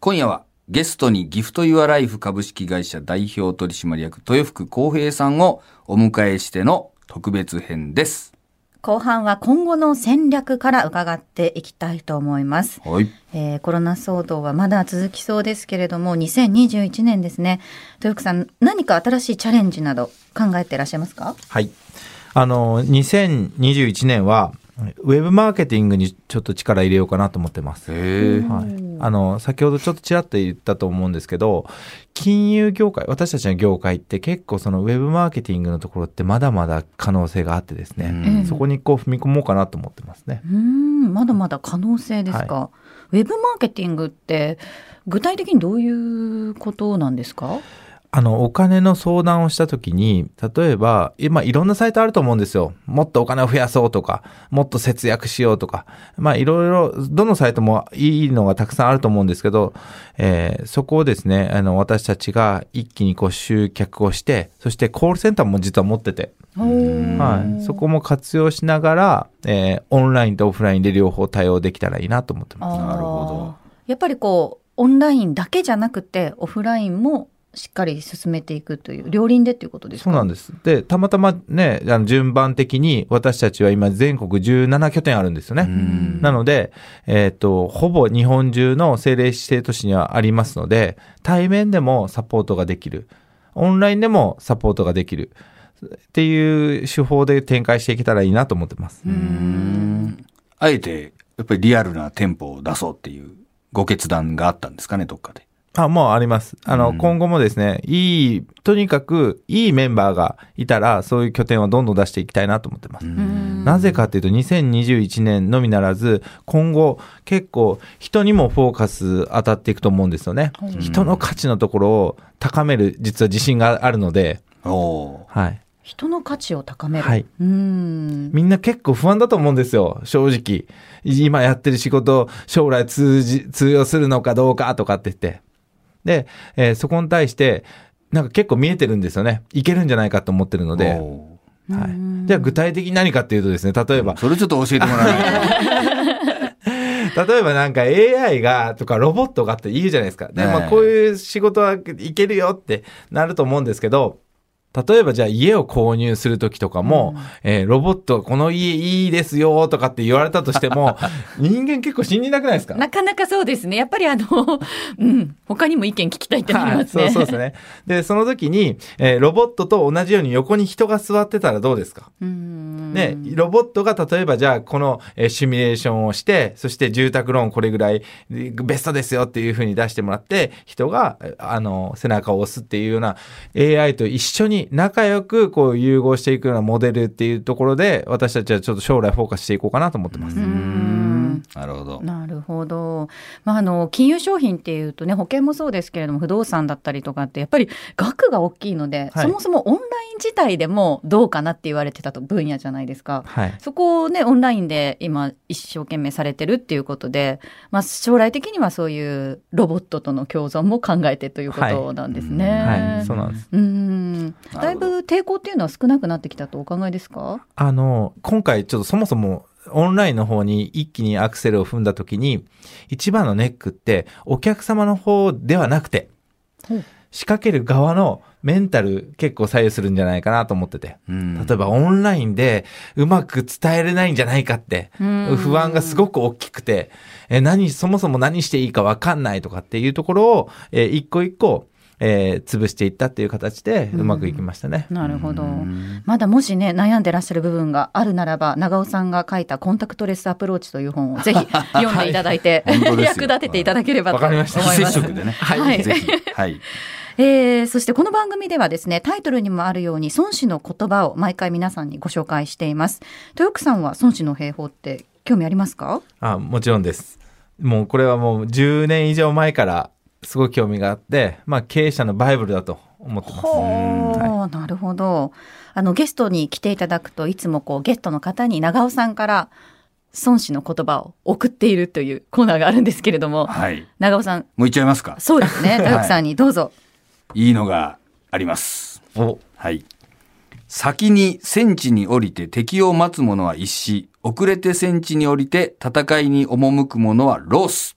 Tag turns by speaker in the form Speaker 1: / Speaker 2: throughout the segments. Speaker 1: 今夜はゲストにギフトユアライフ株式会社代表取締役豊福康平さんをお迎えしての特別編です。
Speaker 2: 後半は今後の戦略から伺っていきたいと思います。
Speaker 1: はい。
Speaker 2: えーコロナ騒動はまだ続きそうですけれども、2021年ですね。豊福さん、何か新しいチャレンジなど考えていらっしゃいますか
Speaker 3: はい。あの、2021年は、ウェブマーケティングにちょっと力入れようかなと思ってます。
Speaker 1: へえ。
Speaker 3: はい、あの先ほどちょっとちらっと言ったと思うんですけど金融業界私たちの業界って結構そのウェブマーケティングのところってまだまだ可能性があってです
Speaker 1: う
Speaker 3: ね、
Speaker 1: ん
Speaker 3: そこにこう踏み込もうかなと思ってますね
Speaker 2: うーん、まだまだ可能性ですか。ウェブマーケティングって、具体的にどういうことなんですか
Speaker 3: あのお金の相談をした時に例えば今いろんなサイトあると思うんですよもっとお金を増やそうとかもっと節約しようとかまあいろいろどのサイトもいいのがたくさんあると思うんですけど、えーそこをですねあの私たちが一気にこう集客をしてそしてコールセンターも実は持っててはい、そこも活用しながら、えーオンラインとオフラインで両方対応できたらいいなと思ってます。
Speaker 2: な
Speaker 1: なるほど。
Speaker 2: やっぱりこう、オンラインだけじゃなくて、オフラインもしっかり進めていくという、両輪でっていうことですか
Speaker 3: そうなんです。で、たまたまね、あの順番的に私たちは今全国17拠点あるんですよね。
Speaker 1: うん
Speaker 3: なので、えっ、と、ほぼ日本中の政令指定都市にはありますので、対面でもサポートができる。オンラインでもサポートができる。っていう手法で展開していけたらいいなと思ってます。
Speaker 1: あえて、やっぱりリアルな店舗を出そうっていうご決断があったんですかね、どっかで。
Speaker 3: あ、もうあります。あの、
Speaker 1: うん
Speaker 3: 今後もですね、いい、とにかくいいメンバーがいたら、そういう拠点をどんどん出していきたいなと思ってます。
Speaker 2: うん
Speaker 3: なぜかっていうと、2021年のみならず、今後、結構、人にもフォーカス当たっていくと思うんですよね。
Speaker 2: うん
Speaker 3: 人の価値のところを高める、実は自信があるので、
Speaker 1: おお
Speaker 3: はい。
Speaker 2: 人の価値を高める。
Speaker 3: はい。
Speaker 2: うーん。
Speaker 3: みんな結構不安だと思うんですよ、正直。今やってる仕事、将来通じ、通用するのかどうかとかって言って。で、えーそこに対して、なんか結構見えてるんですよね。いけるんじゃないかと思ってるの
Speaker 1: ー。
Speaker 3: で。
Speaker 1: お
Speaker 3: はい。じゃあ具体的に何かっていうとですね、例えば
Speaker 1: ー、それちょっと教えてもらえない
Speaker 3: 例えばなんか AI がとかロボットがって言うじゃないですか。で、
Speaker 1: ねえ
Speaker 3: まあこういう仕事はいけるよってなると思うんですけど、例えばじゃあ家を購入するときとかも、えーロボットこの家いいですよとかって言われたとし ても、人間結構信じなくないですか
Speaker 4: なかなかそうですね。やっぱり あの、うん、他にも意見聞きたいってなりますね。
Speaker 3: はいそうそうですね。で、その時に、えーロボットと同じように横に人が座ってたらどうですか
Speaker 2: うーん
Speaker 3: ね、ロボットが例えばじゃあこの、えーシミュレーションをして、そして住宅ローンこれぐらいえーベストですよっていう風に出してもらって、人が、えーあの、背中を押すっていうような AI と一緒に仲良くこう融合していくようなモデルっていうところで、私たちはちょっと将来フォーカスしていこうかなと思ってます。
Speaker 2: うー
Speaker 1: な。
Speaker 2: ん
Speaker 1: なるほど。
Speaker 2: なるほど、まあ、あの金融商品っていうとね保険もそうですけれども不動産だったりとかってやっぱり額が大きいので、
Speaker 3: はい
Speaker 2: そもそもオンライン自体でもどうかなって言われてたと分野じゃないですか。
Speaker 3: はい。
Speaker 2: そこをね、オンラインで今一生懸命されてるっていうことで、まあ将来的にはそういうロボットとの共存も考えてということなんですね。
Speaker 3: はい。そうなんです。
Speaker 2: うん。
Speaker 1: ど
Speaker 2: だいぶ抵抗っていうのは少なくなってきたとお考えですか
Speaker 3: あの、今回ちょっとそもそもオンラインの方に一気にアクセルを踏んだ時に、一番のネックってお客様の方ではなくて
Speaker 2: ほう、
Speaker 3: 仕掛ける側のメンタル結構左右するんじゃないかなと思ってて。
Speaker 1: うん
Speaker 3: 例えばオンラインでうまく伝えれないんじゃないかって、不安がすごく大きくて、え何、そもそも何していいかわかんないとかっていうところを、え一個一個、えー潰していったっていう形でうまくいきましたね。
Speaker 2: なるほど。
Speaker 1: うん
Speaker 2: まだもしね、悩んでらっしゃる部分があるならば、長尾さんが書いたコンタクトレスアプローチという本をぜひ読んでいただいて、
Speaker 1: 本当ですよ
Speaker 2: 役立てていただければと
Speaker 3: わか
Speaker 2: 思
Speaker 3: り
Speaker 2: いま
Speaker 3: まし
Speaker 2: す。
Speaker 3: た
Speaker 1: 非接触でね。
Speaker 2: はい
Speaker 1: ぜひ。はい。
Speaker 2: えーそしてこの番組ではですね、タイトルにもあるように、孫子の言葉を毎回皆さんにご紹介しています。豊福さんは孫子の兵法って興味ありますか
Speaker 3: あもちろんです。もうこれはもう10年以上前からすごく興味があって、まあ経営者のバイブルだと思ってます。
Speaker 2: ほう、なるほど。あの、ゲストに来ていただくと、いつもこう、ゲストの方に長尾さんから、孫子の言葉を送っているというコーナーがあるんですけれども、
Speaker 1: はい。
Speaker 2: 長尾さん、
Speaker 1: もう行っちゃいますか。
Speaker 2: そうです ね、豊福さんにどうぞ。
Speaker 1: いいのがあります。
Speaker 3: お
Speaker 1: はい。先に戦地に降りて敵を待つ者は一死、遅れて戦地に降りて戦いに赴く者はロース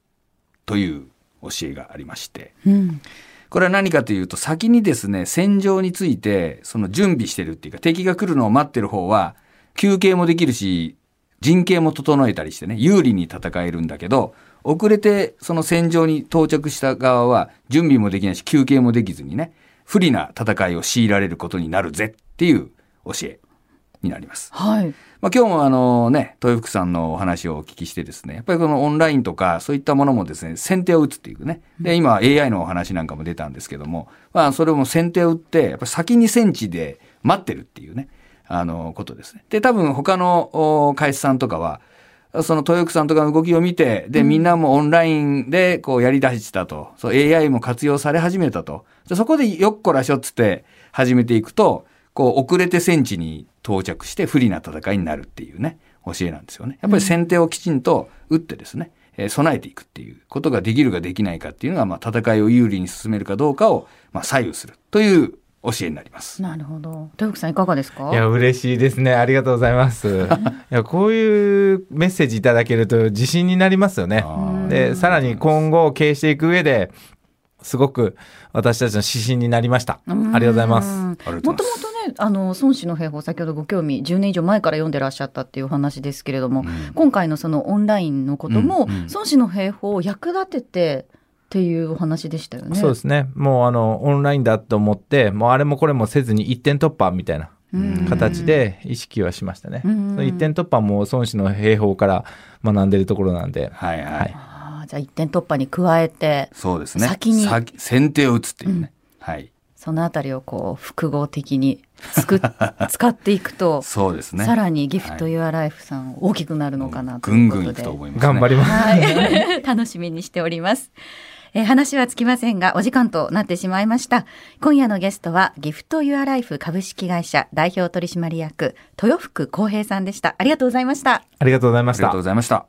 Speaker 1: という教えがありまして。
Speaker 2: うん。
Speaker 1: これは何かというと、先にですね、戦場について、その準備してるっていうか、敵が来るのを待ってる方は、休憩もできるし、陣形も整えたりしてね、有利に戦えるんだけど、遅れてその戦場に到着した側は、準備もできないし、休憩もできずにね、不利な戦いを強いられることになるぜっていう教えになります。
Speaker 2: はい。
Speaker 1: まあ、今日もあのね、豊福さんのお話をお聞きしてですね、やっぱりこのオンラインとかそういったものもですね、先手を打つっていうね。で、今 AI のお話なんかも出たんですけども、まあそれも先手を打って、やっぱ先に戦地で待ってるっていうね、あの、ことですね。で、多分他のお会社さんとかは、その豊福さんとかの動きを見て、で、みんなもオンラインでこうやり出したと。そう AI も活用され始めたと。でそこでよっこらしょっつって始めていくと、こう遅れて戦地に到着して不利な戦いになるっていうね、教えなんですよね。やっぱり先手をきちんと打ってですね、えー備えていくっていうことができるかできないかっていうのが、まあ戦いを有利に進めるかどうかを、まあ左右するという教えになります。
Speaker 2: なるほど。豊福さんいかがですか
Speaker 3: いや、嬉しいですね。ありがとうござ います。いや、こういうメッセージいただけると自信になりますよね。
Speaker 1: あー
Speaker 3: で、さらに今後経営していく上で、すごく私たちの指針になりました。ありがとうございます。
Speaker 2: も
Speaker 1: ありがとうございます
Speaker 2: ともとね、あの、孫子の兵法、先ほどご興味、10年以上前から読んでらっしゃったっていうお話ですけれども、
Speaker 1: うん
Speaker 2: 今回のそのオンラインのことも、
Speaker 1: うんうん
Speaker 2: 孫子の兵法を役立ててっていうお話でしたよね。
Speaker 3: そうですね。もうあの、オンラインだと思って、もうあれもこれもせずに一点突破みたいな
Speaker 2: うん
Speaker 3: 形で意識はしましたね。
Speaker 2: うん
Speaker 3: その一点突破も孫子の兵法から学んでるところなんで。
Speaker 1: はいはい。
Speaker 3: はい
Speaker 2: あーじゃあ一点突破に加えて、
Speaker 1: そうですね。
Speaker 2: 先に
Speaker 1: 先手を打つっていうね。はい。
Speaker 2: そのあたりをこう複合的に作 っ使っていくと、
Speaker 1: そうですね。
Speaker 2: さらにギフト・ユア・ライフさん大きくなるのかなと
Speaker 1: ぐん
Speaker 2: いう
Speaker 1: ぐ
Speaker 2: こ
Speaker 1: ん
Speaker 2: と
Speaker 1: いく
Speaker 2: で。
Speaker 1: と思います、ね。
Speaker 3: 頑張ります。
Speaker 2: はい、 楽しみにしております。えー話はつきませんが、お時間となってしまいました。今夜のゲストは、ギフト・ユア・ライフ株式会社代表取締役、豊福浩平さんでした。ありがとうございました。
Speaker 3: ありがとうございま
Speaker 1: あ
Speaker 3: し
Speaker 1: りが
Speaker 3: た
Speaker 1: とうご。ざいました。